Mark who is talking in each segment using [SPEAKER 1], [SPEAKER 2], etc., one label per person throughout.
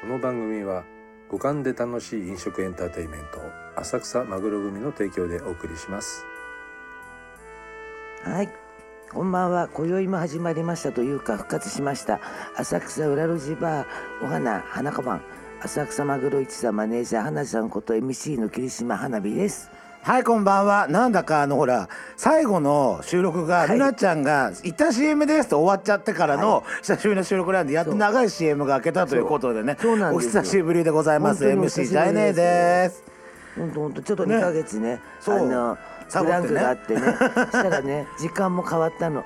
[SPEAKER 1] この番組は五感で楽しい飲食エンターテインメント浅草マグロ組の提供でお送りします
[SPEAKER 2] はい。こんばんは。今宵も始まりましたというか復活しました。浅草裏路地バーお花花小判浅草マグロ市さんマネージャー花ちゃんこと MC の霧島花火です。
[SPEAKER 3] はいこんばんはなんだかあのほら最後の収録が、
[SPEAKER 2] はい
[SPEAKER 3] ルナちゃんが「いった CM です」と終わっちゃってからの、久しぶりの収録なんでやっと長い CM が明けたということでね
[SPEAKER 2] そうそうなん
[SPEAKER 3] お
[SPEAKER 2] ですよ
[SPEAKER 3] 久しぶりでございます
[SPEAKER 2] 本当にお久
[SPEAKER 3] MC
[SPEAKER 2] し
[SPEAKER 3] ジ
[SPEAKER 2] ぶりです
[SPEAKER 3] ャイネーです
[SPEAKER 2] 本当本当ちょっと
[SPEAKER 3] ね
[SPEAKER 2] 2ヶ月ねあ
[SPEAKER 3] そう
[SPEAKER 2] の
[SPEAKER 3] サ
[SPEAKER 2] ブ
[SPEAKER 3] ボ
[SPEAKER 2] ラ
[SPEAKER 3] っ
[SPEAKER 2] ン
[SPEAKER 3] て
[SPEAKER 2] ク
[SPEAKER 3] ね
[SPEAKER 2] があ ってねしたらね時間も変わったの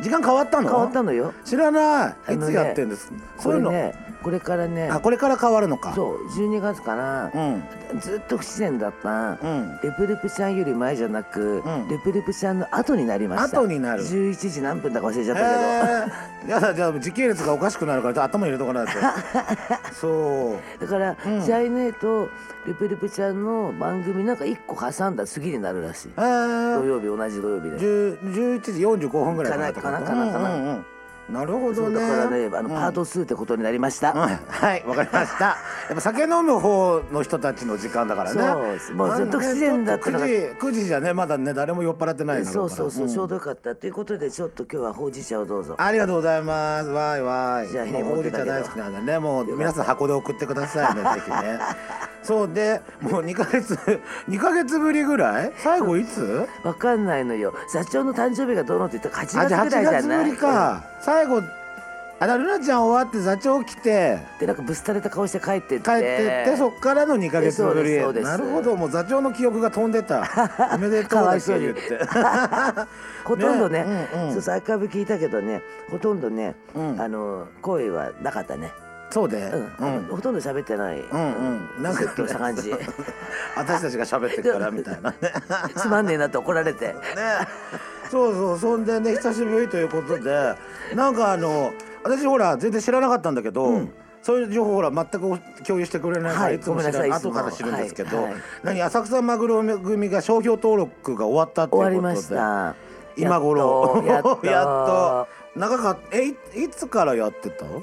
[SPEAKER 3] 時間変わったの
[SPEAKER 2] 変わったのよ
[SPEAKER 3] 知らな
[SPEAKER 2] あ
[SPEAKER 3] いい
[SPEAKER 2] のね
[SPEAKER 3] つやってんです、
[SPEAKER 2] こ
[SPEAKER 3] そうい
[SPEAKER 2] れ
[SPEAKER 3] うの、
[SPEAKER 2] ねこれからね
[SPEAKER 3] あこれから変わるのか
[SPEAKER 2] そう12月かな
[SPEAKER 3] う、ん
[SPEAKER 2] ずっと不自然だった、
[SPEAKER 3] うん
[SPEAKER 2] レプレプちゃんより前じゃなく、
[SPEAKER 3] うん
[SPEAKER 2] レプレプちゃんの後になりました
[SPEAKER 3] 後になる
[SPEAKER 2] 11時何分だか忘れちゃ
[SPEAKER 3] え
[SPEAKER 2] ったけど、
[SPEAKER 3] ー、やだじゃあ時系列がおかしくなるから頭に入れと かないとそう
[SPEAKER 2] だから、
[SPEAKER 3] うん
[SPEAKER 2] シャイネーとレプレプちゃんの番組なんか1個挟んだ次になるらしい
[SPEAKER 3] えー
[SPEAKER 2] 土曜日同じ土曜日で
[SPEAKER 3] 10 11時45分ぐらいってこと
[SPEAKER 2] かなかなかなかな
[SPEAKER 3] うんうんうんなるほ
[SPEAKER 2] そ
[SPEAKER 3] ど
[SPEAKER 2] うだ
[SPEAKER 3] ね
[SPEAKER 2] からねあのパート2ってことになりました、
[SPEAKER 3] うんはいわかりましたやっぱ酒飲む方の人たちの時間だからね
[SPEAKER 2] そうですもうずっと
[SPEAKER 3] あのね
[SPEAKER 2] 不自然だったのが
[SPEAKER 3] ちょと9時9時じゃねまだね誰も酔っ払ってないだ
[SPEAKER 2] そ
[SPEAKER 3] ろ
[SPEAKER 2] う
[SPEAKER 3] から
[SPEAKER 2] そうそう、
[SPEAKER 3] ん
[SPEAKER 2] ちょうどよかったということでちょっと今日はほうじ茶をどうぞ
[SPEAKER 3] ありがとうございますわいわい
[SPEAKER 2] じゃあ
[SPEAKER 3] もう
[SPEAKER 2] 持
[SPEAKER 3] ほ
[SPEAKER 2] っ
[SPEAKER 3] う
[SPEAKER 2] て
[SPEAKER 3] じ
[SPEAKER 2] たけ
[SPEAKER 3] 茶
[SPEAKER 2] ど
[SPEAKER 3] 大好きなんでねもう皆さん箱で送ってくださ いねぜひねそうでもう2ヶ月2ヶ月ぶりぐらい最後いつ
[SPEAKER 2] わかんないのよ社長の誕生日がどうのって言ったら8
[SPEAKER 3] あじゃあ
[SPEAKER 2] 月ぐらいじゃ
[SPEAKER 3] 8
[SPEAKER 2] ない
[SPEAKER 3] 月ぶりか最後あだルナちゃん終わって座長来て
[SPEAKER 2] でなんかぶすたれた顔して帰ってって
[SPEAKER 3] 帰ってってそっからの2ヶ月ぶ
[SPEAKER 2] そうですそうで
[SPEAKER 3] り
[SPEAKER 2] す
[SPEAKER 3] なるほどもう座長の記憶が飛んでたおめでとうだけ言って
[SPEAKER 2] ほとんどね
[SPEAKER 3] ねうんうん
[SPEAKER 2] そうそうアーカイブ聞いたけどねほとんどね、
[SPEAKER 3] うん
[SPEAKER 2] あの声はなかったね、
[SPEAKER 3] そうで
[SPEAKER 2] う
[SPEAKER 3] うんん
[SPEAKER 2] ほとんど喋ってない、うん
[SPEAKER 3] うんなんか
[SPEAKER 2] ずっとした 感じ
[SPEAKER 3] 私たちが喋ってるからみたいなねね
[SPEAKER 2] つまんねえなって怒られ て
[SPEAKER 3] そうそうそんでね久しぶりということでなんかあの私ほら全然知らなかったんだけど、そういう情報ほら全く共有してくれないから、
[SPEAKER 2] はい
[SPEAKER 3] い、つも知ら
[SPEAKER 2] ごめんなさい
[SPEAKER 3] 後から
[SPEAKER 2] いつ
[SPEAKER 3] 知
[SPEAKER 2] も
[SPEAKER 3] るんですけど、
[SPEAKER 2] はいはい
[SPEAKER 3] 何浅草マグロ組が商標登録が終わったっていう
[SPEAKER 2] 終
[SPEAKER 3] こ
[SPEAKER 2] わりま
[SPEAKER 3] とで
[SPEAKER 2] した
[SPEAKER 3] 今頃
[SPEAKER 2] やっと
[SPEAKER 3] や
[SPEAKER 2] や
[SPEAKER 3] っ
[SPEAKER 2] っ
[SPEAKER 3] と
[SPEAKER 2] と
[SPEAKER 3] 長かったえいいつからやってた
[SPEAKER 2] も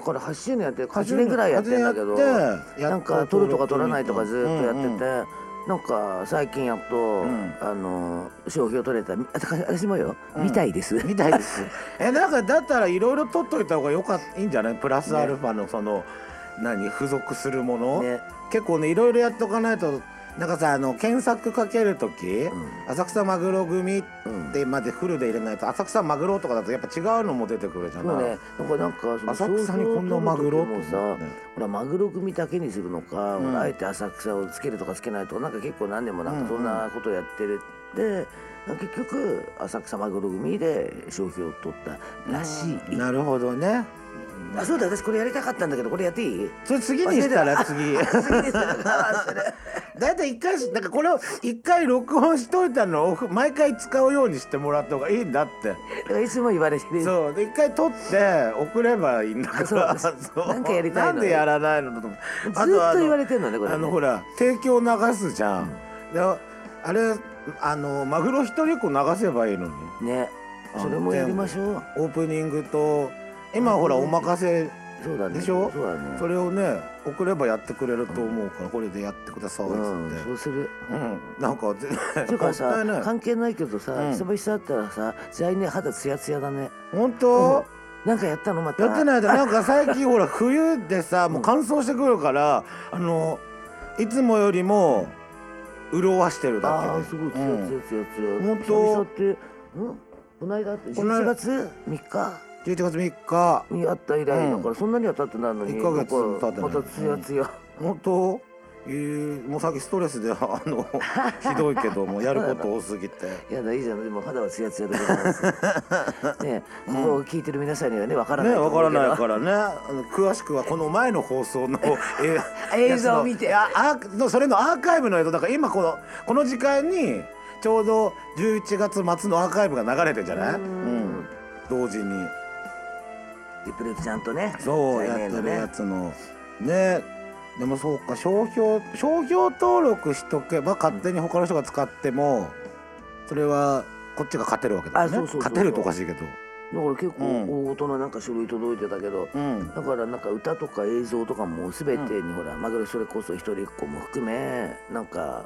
[SPEAKER 2] うこれ8周年やってる8年ぐらいやってんだけど
[SPEAKER 3] 8年やってやっと
[SPEAKER 2] なんか取るとか取らないとかずっとやってて、
[SPEAKER 3] うんうん
[SPEAKER 2] なんか最近やっと、
[SPEAKER 3] ん
[SPEAKER 2] あの商標取れたみあだから私もよ、みたいです
[SPEAKER 3] みたいですえなんかだったらいろいろ取っといた方がよかいいんじゃないプラスアルファのその、何付属するもの、
[SPEAKER 2] ね
[SPEAKER 3] 結構ねいろいろやっておかないとなんかさあの検索かける時、浅草マグロ組でまでフルで入れないと浅草マグロとかだとやっぱ違うのも出てくるじゃ
[SPEAKER 2] も
[SPEAKER 3] な
[SPEAKER 2] う
[SPEAKER 3] い、
[SPEAKER 2] ね、なんかなんかその
[SPEAKER 3] 浅草にこんなマグロ
[SPEAKER 2] も
[SPEAKER 3] と思
[SPEAKER 2] さ
[SPEAKER 3] って、
[SPEAKER 2] ほらマグロ組だけにするのか、
[SPEAKER 3] うん
[SPEAKER 2] ほらあえて浅草をつけるとかつけないとかなんか結構何年もなんかそんなことやってるで。結局浅草マグロ組で商標を取ったらしい。
[SPEAKER 3] なるほどね
[SPEAKER 2] あ、そうだ、私これやりたかったんだけど、これやっていい。
[SPEAKER 3] それ次にしたら
[SPEAKER 2] 次
[SPEAKER 3] 次
[SPEAKER 2] ですよあ忘れ
[SPEAKER 3] だいたい一回しなんかこれを一回録音しといたのを毎回使うようにしてもらった方がいいんだって
[SPEAKER 2] だからいつも言われてる。
[SPEAKER 3] そうで一回撮って送ればいいんだから
[SPEAKER 2] そう
[SPEAKER 3] う
[SPEAKER 2] なんかやりたいの
[SPEAKER 3] なんでやらないのと思って
[SPEAKER 2] ずっ
[SPEAKER 3] あとあ
[SPEAKER 2] と
[SPEAKER 3] の
[SPEAKER 2] 言われてるのね、これね。
[SPEAKER 3] あのほら提供流すじゃん、であれあのマグロ一人っ子流せばいいのに
[SPEAKER 2] ね、
[SPEAKER 3] あ
[SPEAKER 2] それもやりましょう。
[SPEAKER 3] オープニングと今ほらお任せ
[SPEAKER 2] そうだね。
[SPEAKER 3] でしょ
[SPEAKER 2] そうだね。
[SPEAKER 3] それをね送ればやってくれると思うから、これでやってくださいっつって、
[SPEAKER 2] うん、そうする。
[SPEAKER 3] うん、なんか全
[SPEAKER 2] ていう
[SPEAKER 3] 然
[SPEAKER 2] かさ
[SPEAKER 3] もったいない
[SPEAKER 2] 関係ないけどさ、
[SPEAKER 3] うん
[SPEAKER 2] 久々だったらさ在年肌ツヤツヤだね
[SPEAKER 3] 本当、
[SPEAKER 2] なんかやったのまた
[SPEAKER 3] やってないとなんか最近ほら冬でさもう乾燥してくるからあのいつもよりも潤わしてるだけで
[SPEAKER 2] ああすごいツヤ
[SPEAKER 3] うん
[SPEAKER 2] ツヤツヤツヤ
[SPEAKER 3] 本当
[SPEAKER 2] 久々ってんこの間って
[SPEAKER 3] この
[SPEAKER 2] 11
[SPEAKER 3] 間
[SPEAKER 2] 月3日
[SPEAKER 3] 11月3日
[SPEAKER 2] に会った以来だから、
[SPEAKER 3] う
[SPEAKER 2] そんなには経ってないのに
[SPEAKER 3] 一ヶ月
[SPEAKER 2] なんか
[SPEAKER 3] 経ってない
[SPEAKER 2] またツヤツヤ、
[SPEAKER 3] 本当えー、もうさっきストレスで あのひどいけどもやること多すぎ て
[SPEAKER 2] いやだいいじゃんでも肌はツヤツヤでござい ますねここを聞いてる皆さんにはねわからない
[SPEAKER 3] ね
[SPEAKER 2] と
[SPEAKER 3] わ
[SPEAKER 2] 思
[SPEAKER 3] か
[SPEAKER 2] う
[SPEAKER 3] ら
[SPEAKER 2] けど
[SPEAKER 3] ないからねあの詳しくはこの前の放 送のえ
[SPEAKER 2] 映像を見て
[SPEAKER 3] やつのいやアーのそれのアーカイブの映像だから今このこの時間にちょうど11月末のアーカイブが流れてんじゃない、うん、同時に
[SPEAKER 2] リプレプちゃんとね
[SPEAKER 3] そう
[SPEAKER 2] 在年
[SPEAKER 3] やって
[SPEAKER 2] の
[SPEAKER 3] る
[SPEAKER 2] ね
[SPEAKER 3] やつのねでもそうか商標商標登録しとけば勝手に他の人が使ってもそれはこっちが勝てるわけだよ
[SPEAKER 2] あそう
[SPEAKER 3] ね
[SPEAKER 2] そうそうそう
[SPEAKER 3] 勝てるとおかしいけど
[SPEAKER 2] だから結
[SPEAKER 3] う
[SPEAKER 2] 構
[SPEAKER 3] ん
[SPEAKER 2] 大事ななんか書類届いてたけど、
[SPEAKER 3] うん
[SPEAKER 2] だからなんか歌とか映像とかも全てにほら、マグロそれこそ一人っ子も含めなんか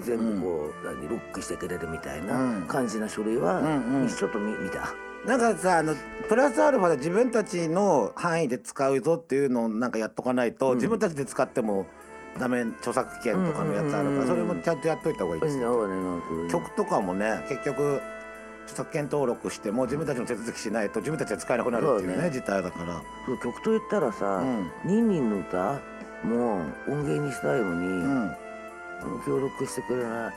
[SPEAKER 2] 全部こう、何ロックしてくれるみたい
[SPEAKER 3] うん
[SPEAKER 2] な感じな書類は、
[SPEAKER 3] うんうん
[SPEAKER 2] ちょっと見見た。
[SPEAKER 3] なんかさあのプラスアルファで自分たちの範囲で使うぞっていうのをなんかやっとかないと、自分たちで使ってもダメ著作権とかのやつあるから、それもちゃんとやっといた方がいいですよ、曲とかもね結局著作権登録しても自分たちの手続きしないと自分たちは使えなくなるっていう
[SPEAKER 2] そう
[SPEAKER 3] ね
[SPEAKER 2] だね
[SPEAKER 3] 事態だから。
[SPEAKER 2] そう曲と言ったらさ、
[SPEAKER 3] うん
[SPEAKER 2] ニンニンの歌も音源にしたいのに、
[SPEAKER 3] うん
[SPEAKER 2] 協力してくれない。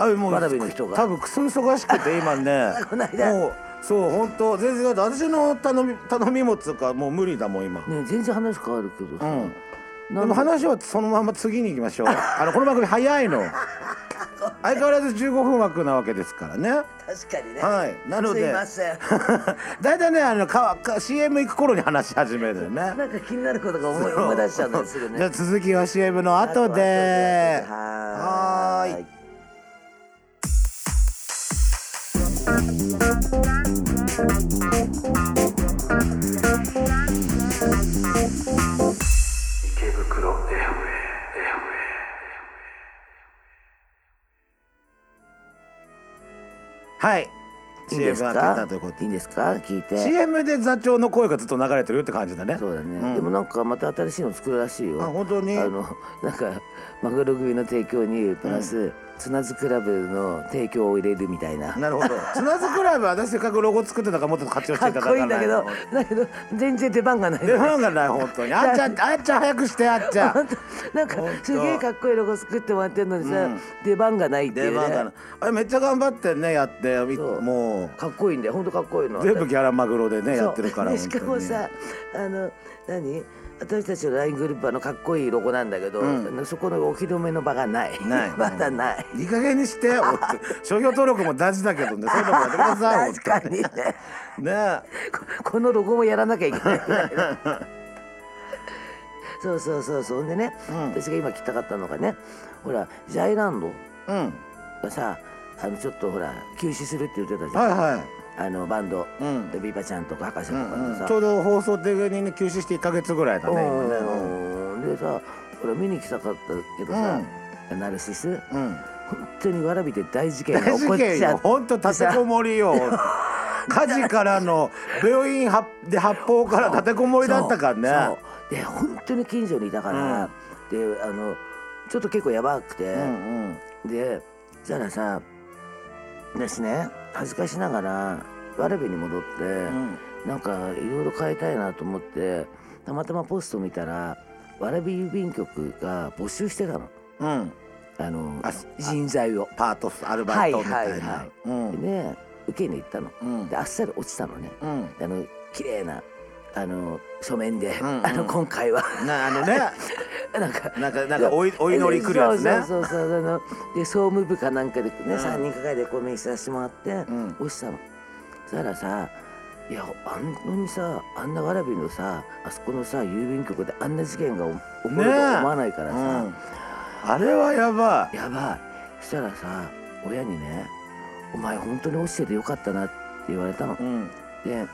[SPEAKER 3] あも
[SPEAKER 2] わらびの人が
[SPEAKER 3] 多分クソ忙しくて今ね
[SPEAKER 2] こ ないだ
[SPEAKER 3] もうそう本当全然だって私の頼み頼みもつうかもう無理だもん今、
[SPEAKER 2] ねえ全然話変わるけど
[SPEAKER 3] う
[SPEAKER 2] さ、
[SPEAKER 3] ん
[SPEAKER 2] な
[SPEAKER 3] で
[SPEAKER 2] ん
[SPEAKER 3] も
[SPEAKER 2] で
[SPEAKER 3] 話はそのまま次に行き ましょうあのこの番組早いの相変わらず15分枠なわけですからね
[SPEAKER 2] 確かにね。
[SPEAKER 3] はいなの
[SPEAKER 2] すい
[SPEAKER 3] で
[SPEAKER 2] ません。
[SPEAKER 3] 大体ねあのかか CM 行く頃に話し始めるよね
[SPEAKER 2] なんか気になることが思い思い出しちゃうんですよね。
[SPEAKER 3] じゃあ続きは CM の後で
[SPEAKER 2] あと
[SPEAKER 3] は
[SPEAKER 2] は
[SPEAKER 3] ー
[SPEAKER 2] ー
[SPEAKER 3] い
[SPEAKER 2] い。
[SPEAKER 3] はい
[SPEAKER 2] いいです
[SPEAKER 3] CM 明け
[SPEAKER 2] か
[SPEAKER 3] たということ
[SPEAKER 2] いいですか聞いて。
[SPEAKER 3] CM で座長の声がずっと流れてるよって感じだね
[SPEAKER 2] そうだね、
[SPEAKER 3] ん
[SPEAKER 2] でもなんかまた新しいの作るらしいよ
[SPEAKER 3] あ本当に
[SPEAKER 2] あのなんかマグロ組の提供にプラス、ツナズクラブの提供を入れるみたいな
[SPEAKER 3] なるほど綱津クラブは私せっかくロゴ作ってたからもっと活用して
[SPEAKER 2] か
[SPEAKER 3] い
[SPEAKER 2] った
[SPEAKER 3] だか
[SPEAKER 2] こいい
[SPEAKER 3] ら
[SPEAKER 2] んだけどだけど全然出番が ない
[SPEAKER 3] 出番がない本当にあっちゃんあっちゃん早くしてあっ ちゃん
[SPEAKER 2] なんか
[SPEAKER 3] 本当
[SPEAKER 2] すげえかっこいいロゴ作ってもらってるのにさ、出番がないってい
[SPEAKER 3] 出
[SPEAKER 2] う、ね、
[SPEAKER 3] 番がないあれめっちゃ頑張ってねやってみ
[SPEAKER 2] そう
[SPEAKER 3] も
[SPEAKER 2] かっこいいんだよほんとかっこいいの
[SPEAKER 3] う全部ギャラマグロでね
[SPEAKER 2] そう
[SPEAKER 3] やってるから
[SPEAKER 2] でし
[SPEAKER 3] 本当
[SPEAKER 2] か
[SPEAKER 3] に
[SPEAKER 2] もさあの何私たちの LINE グループはあのかっこいいロゴなんだけど、そこのお披露目の場がない
[SPEAKER 3] ない
[SPEAKER 2] まだない
[SPEAKER 3] いい加減にしてよ 商標登録も大事だけどねそういうのもやってください
[SPEAKER 2] 確かにね
[SPEAKER 3] 本当にね
[SPEAKER 2] ここのロゴもやらなきゃいけ ないぐらいのそうそうそうそうほんでね、私が今聞きたかったのがねほらジャイランド
[SPEAKER 3] うん
[SPEAKER 2] がさあのちょっとほら休止するって言ってたじゃん、
[SPEAKER 3] はいは
[SPEAKER 2] あのバンド、
[SPEAKER 3] うん
[SPEAKER 2] でビーバちゃんとか博士と
[SPEAKER 3] い、う
[SPEAKER 2] か
[SPEAKER 3] ん
[SPEAKER 2] の
[SPEAKER 3] うん
[SPEAKER 2] さ、
[SPEAKER 3] ちょうど放送的にね休止して1か月ぐらいだね今ねうん
[SPEAKER 2] うんでさ俺見に来たかったけどさ、ナルシス
[SPEAKER 3] うん
[SPEAKER 2] 本当にわらびで大事件が
[SPEAKER 3] 大
[SPEAKER 2] 起こ
[SPEAKER 3] 事
[SPEAKER 2] っ
[SPEAKER 3] 件
[SPEAKER 2] ちゃ
[SPEAKER 3] よ
[SPEAKER 2] っ
[SPEAKER 3] 本当立てこも りよ火事からの病院はで発砲から立てこもりだったから
[SPEAKER 2] そう
[SPEAKER 3] ね
[SPEAKER 2] そうで本当に近所にいたから、であのちょっと結構やばくて、
[SPEAKER 3] うんうん
[SPEAKER 2] でそしたらさですね恥ずかしながらわらびに戻って、
[SPEAKER 3] ん
[SPEAKER 2] なんかいろいろ変えたいなと思ってたまたまポスト見たらわらび郵便局が募集してたの
[SPEAKER 3] うん
[SPEAKER 2] あの
[SPEAKER 3] あ
[SPEAKER 2] 人材を。
[SPEAKER 3] パートアルバイトみたい
[SPEAKER 2] はいはいは
[SPEAKER 3] ないうん
[SPEAKER 2] でね受けに行ったの、
[SPEAKER 3] うん
[SPEAKER 2] であっさり落ちたのね、
[SPEAKER 3] うん
[SPEAKER 2] あの綺麗なあの書面で、
[SPEAKER 3] んうん
[SPEAKER 2] あの今回は
[SPEAKER 3] なあのね
[SPEAKER 2] なんか
[SPEAKER 3] なんかなんか おいお祈り来るやつね
[SPEAKER 2] そうそうそうそうあので総務部かなんかでね、3人抱えてこう面接させてもらって、
[SPEAKER 3] ん
[SPEAKER 2] 落ちたのそしたらさいやあんのにさあんなわらびのさあそこのさ郵便局であんな事件が起こるとは思わないからさ、
[SPEAKER 3] うんあれはやばい
[SPEAKER 2] やばいそしたらさ親にね「お前本当に落ちててよかったな」って言われたの、
[SPEAKER 3] うん
[SPEAKER 2] で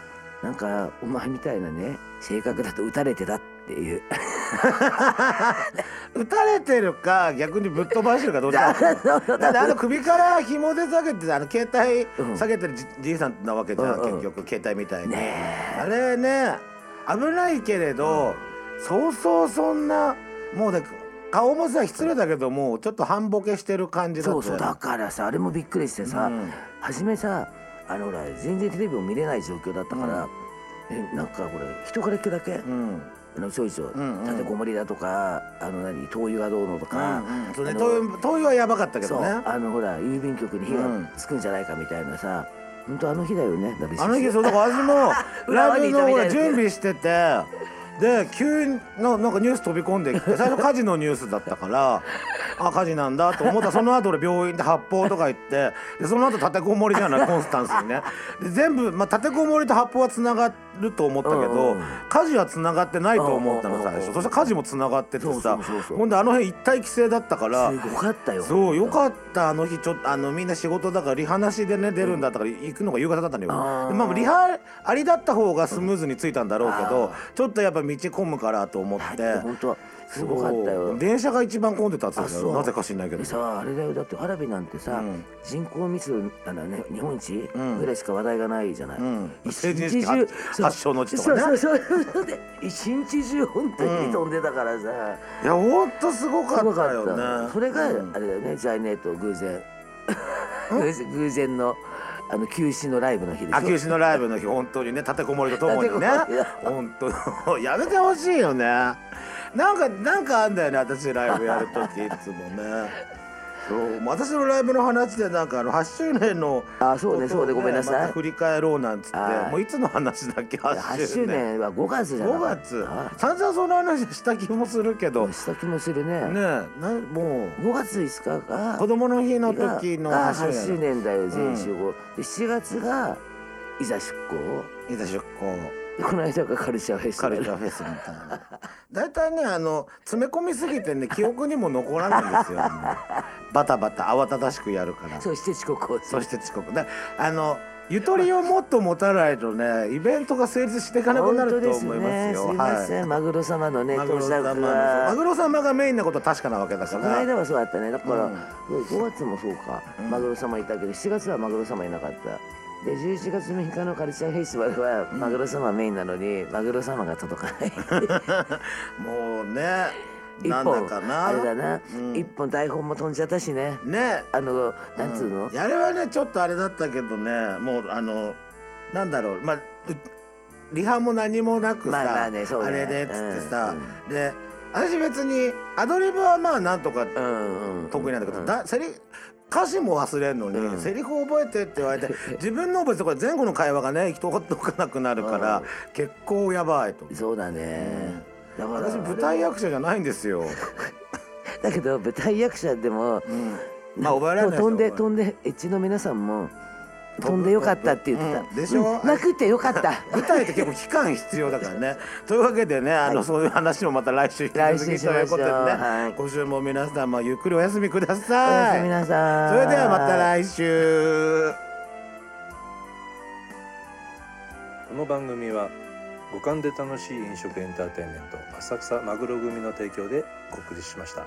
[SPEAKER 2] なんかお前みたいなね性格だと打たれてたっていう
[SPEAKER 3] 撃たれてるか逆にぶっ飛ばしてるかどっ ちかだってあの首から紐で下げてあの携
[SPEAKER 2] う
[SPEAKER 3] 帯
[SPEAKER 2] ん
[SPEAKER 3] 下げてるじじいさんなわけじゃん
[SPEAKER 2] うんうん
[SPEAKER 3] 結局携帯みたいに
[SPEAKER 2] ね
[SPEAKER 3] あれね危ないけれど、そうそうそんなもうね顔もさ失礼だけどもうちょっと半ボケしてる感じ
[SPEAKER 2] え
[SPEAKER 3] だった
[SPEAKER 2] そ
[SPEAKER 3] よ
[SPEAKER 2] うそうだからさあれもびっくりしてさ、
[SPEAKER 3] うん
[SPEAKER 2] 初めさあのほら全然テレビを見れない状況だったから、えなんかこれ人から聞くだけ、
[SPEAKER 3] うん
[SPEAKER 2] あのちょいちょい
[SPEAKER 3] んうん
[SPEAKER 2] 立てこもりだとかあの何灯油がどうのとか、
[SPEAKER 3] うんそれ
[SPEAKER 2] あ
[SPEAKER 3] で
[SPEAKER 2] の
[SPEAKER 3] 灯油灯油はやばかったけ
[SPEAKER 2] そ
[SPEAKER 3] ど
[SPEAKER 2] う
[SPEAKER 3] ねあ
[SPEAKER 2] あのほら郵便局に火
[SPEAKER 3] うん
[SPEAKER 2] がつくんじゃないかみたいなさ、本当あの日だよねダビシ
[SPEAKER 3] の日そうだから私も
[SPEAKER 2] 裏
[SPEAKER 3] ラ
[SPEAKER 2] ま
[SPEAKER 3] イ
[SPEAKER 2] で
[SPEAKER 3] ブ
[SPEAKER 2] いた
[SPEAKER 3] の
[SPEAKER 2] み
[SPEAKER 3] ほ
[SPEAKER 2] たい
[SPEAKER 3] ら
[SPEAKER 2] な
[SPEAKER 3] 準備しててで急にのなんかニュース飛び込んできて最初火事のニュースだったから あ火事なんだと思ったらその後俺病院で発砲とか行 ってでその後立てこもりじゃないコンスタンスにねで全部、まあ、立てこもりと発砲はつながると思ったけ
[SPEAKER 2] う
[SPEAKER 3] ど
[SPEAKER 2] ん
[SPEAKER 3] 家事はつながってないと思ったの最
[SPEAKER 2] うんうんうんう
[SPEAKER 3] 初
[SPEAKER 2] ん
[SPEAKER 3] そして家事もつながっててさ
[SPEAKER 2] そうそうそうそう
[SPEAKER 3] ほんであの辺一体規制だったから
[SPEAKER 2] すごかったよ
[SPEAKER 3] そうよかったあの日ちょっとあのみんな仕事だからリハなしでね出るんだったから行くのが夕方だったのよ、
[SPEAKER 2] あー
[SPEAKER 3] でまあリハありだった方がスムーズについたんだろうけど、
[SPEAKER 2] あ
[SPEAKER 3] ちょっとやっぱ道混むからと思っ
[SPEAKER 2] だってて本当すごかった
[SPEAKER 3] そう
[SPEAKER 2] よ
[SPEAKER 3] 電車が一番混んでたっつう
[SPEAKER 2] あ
[SPEAKER 3] んだ
[SPEAKER 2] そう
[SPEAKER 3] よなぜか知んないけど
[SPEAKER 2] でさあれだよだって花火なんてさ、
[SPEAKER 3] うん
[SPEAKER 2] 人口密度あの、ね、日本一
[SPEAKER 3] ん
[SPEAKER 2] ぐらいしか話題がないじゃない、
[SPEAKER 3] うん
[SPEAKER 2] 一
[SPEAKER 3] 成人
[SPEAKER 2] 日
[SPEAKER 3] 式
[SPEAKER 2] 中
[SPEAKER 3] 発
[SPEAKER 2] そう
[SPEAKER 3] 発祥の地とかね
[SPEAKER 2] そうそうそうそうで一日中本当に飛んでたからさ、
[SPEAKER 3] いやほんとすごか
[SPEAKER 2] すご
[SPEAKER 3] っ
[SPEAKER 2] か
[SPEAKER 3] た
[SPEAKER 2] っ
[SPEAKER 3] よ
[SPEAKER 2] た
[SPEAKER 3] ね
[SPEAKER 2] それがあ
[SPEAKER 3] うん
[SPEAKER 2] れだよね、ジャイネート偶然偶然偶然のあの休止のライブの日でしょ
[SPEAKER 3] 秋吉のライブの日本当にね立てこもりとともにね
[SPEAKER 2] 立てこもりだ
[SPEAKER 3] 本当 やめてほしいよねなんかなんかあんだよね私ライブやる時いつもねそう私のライブの話でなんかあの8周年の
[SPEAKER 2] あそうね
[SPEAKER 3] ことを
[SPEAKER 2] そうねごめんなさい
[SPEAKER 3] また振り返ろうなんつって
[SPEAKER 2] はい
[SPEAKER 3] もういつの話だっけ
[SPEAKER 2] 8
[SPEAKER 3] 8
[SPEAKER 2] 周
[SPEAKER 3] 周年
[SPEAKER 2] 年は5月じゃ
[SPEAKER 3] 5
[SPEAKER 2] な
[SPEAKER 3] 月
[SPEAKER 2] あ
[SPEAKER 3] 散々その話した気もするけどね
[SPEAKER 2] した気もするね
[SPEAKER 3] えなんもう
[SPEAKER 2] 5月5日が
[SPEAKER 3] 子供の日の時の
[SPEAKER 2] が
[SPEAKER 3] 8
[SPEAKER 2] 8
[SPEAKER 3] 周
[SPEAKER 2] 周
[SPEAKER 3] 年
[SPEAKER 2] 年だよ全集合、で7月がいざ出航
[SPEAKER 3] いざ出航
[SPEAKER 2] でこの間がカルチャーフェス
[SPEAKER 3] カルチャーフェスみたいな。大体ねあの詰め込みすぎてね記憶にも残らないんですよ。もうバタバタ慌ただしくやるから。
[SPEAKER 2] そして遅刻をす
[SPEAKER 3] そ
[SPEAKER 2] る
[SPEAKER 3] して遅刻だ。あのゆとりをもっと持たないとねイベントが成立していかなくなると思いますよ。
[SPEAKER 2] 本当ですねすいません、
[SPEAKER 3] はい。
[SPEAKER 2] マグロ様のね
[SPEAKER 3] マグロ
[SPEAKER 2] 到
[SPEAKER 3] 様
[SPEAKER 2] 着
[SPEAKER 3] のマ
[SPEAKER 2] は
[SPEAKER 3] グロ様がメインなことは確かなわけだか
[SPEAKER 2] この間
[SPEAKER 3] ら。
[SPEAKER 2] はそうだったねだから、
[SPEAKER 3] うん
[SPEAKER 2] 5月もそうか、
[SPEAKER 3] ん
[SPEAKER 2] マグロ様いたけど7月はマグロ様いなかったで11月6日のカルチャーフェスティバルはマグロ様メインなのに、マグロ様が届かない
[SPEAKER 3] もうね
[SPEAKER 2] 一
[SPEAKER 3] なんだ
[SPEAKER 2] 本
[SPEAKER 3] かな。
[SPEAKER 2] あれだな、
[SPEAKER 3] うん
[SPEAKER 2] 一本台本も飛んじゃったしね
[SPEAKER 3] ね。
[SPEAKER 2] あのなんつうの、
[SPEAKER 3] んあれはねちょっとあれだったけどねもうあのなんだろうまあうリハも何もなくさ、
[SPEAKER 2] まあまあねそうね
[SPEAKER 3] あれでっつってさ、
[SPEAKER 2] うん
[SPEAKER 3] で私別にアドリブはまあなんとか
[SPEAKER 2] うんうん
[SPEAKER 3] 得意なんだけど、
[SPEAKER 2] う
[SPEAKER 3] だセリ歌詞も忘れんのに、
[SPEAKER 2] うん
[SPEAKER 3] セリフ覚えてって言われ て自分の覚えてこれ前後の会話がね行き届かなくなるから、
[SPEAKER 2] うん
[SPEAKER 3] 結構やばいと。
[SPEAKER 2] そうだね、だから
[SPEAKER 3] 私舞台役者じゃないんですよ。
[SPEAKER 2] だけど舞台役者でも
[SPEAKER 3] うんまあ覚えられない
[SPEAKER 2] でも飛んで
[SPEAKER 3] 覚え
[SPEAKER 2] 飛んでエッチの皆さんも飛んでよかったって言ってた、
[SPEAKER 3] うんでしょ
[SPEAKER 2] うんなくてよかっ た
[SPEAKER 3] 舞台って結構期間必要だからね。 というわけでね、あの、そういう話もまた来週引き
[SPEAKER 2] 来
[SPEAKER 3] 続
[SPEAKER 2] 週
[SPEAKER 3] き
[SPEAKER 2] し
[SPEAKER 3] とい
[SPEAKER 2] まし
[SPEAKER 3] う
[SPEAKER 2] ょ
[SPEAKER 3] こ
[SPEAKER 2] う
[SPEAKER 3] とでね、
[SPEAKER 2] はい
[SPEAKER 3] 今週も皆さんもゆっくりお休みくだ
[SPEAKER 2] お
[SPEAKER 3] さい。
[SPEAKER 2] やすみなさい
[SPEAKER 3] それではまた来週。
[SPEAKER 1] この番組は五感で楽しい飲食エンターテインメント浅草マグロ組の提供でお送りしました。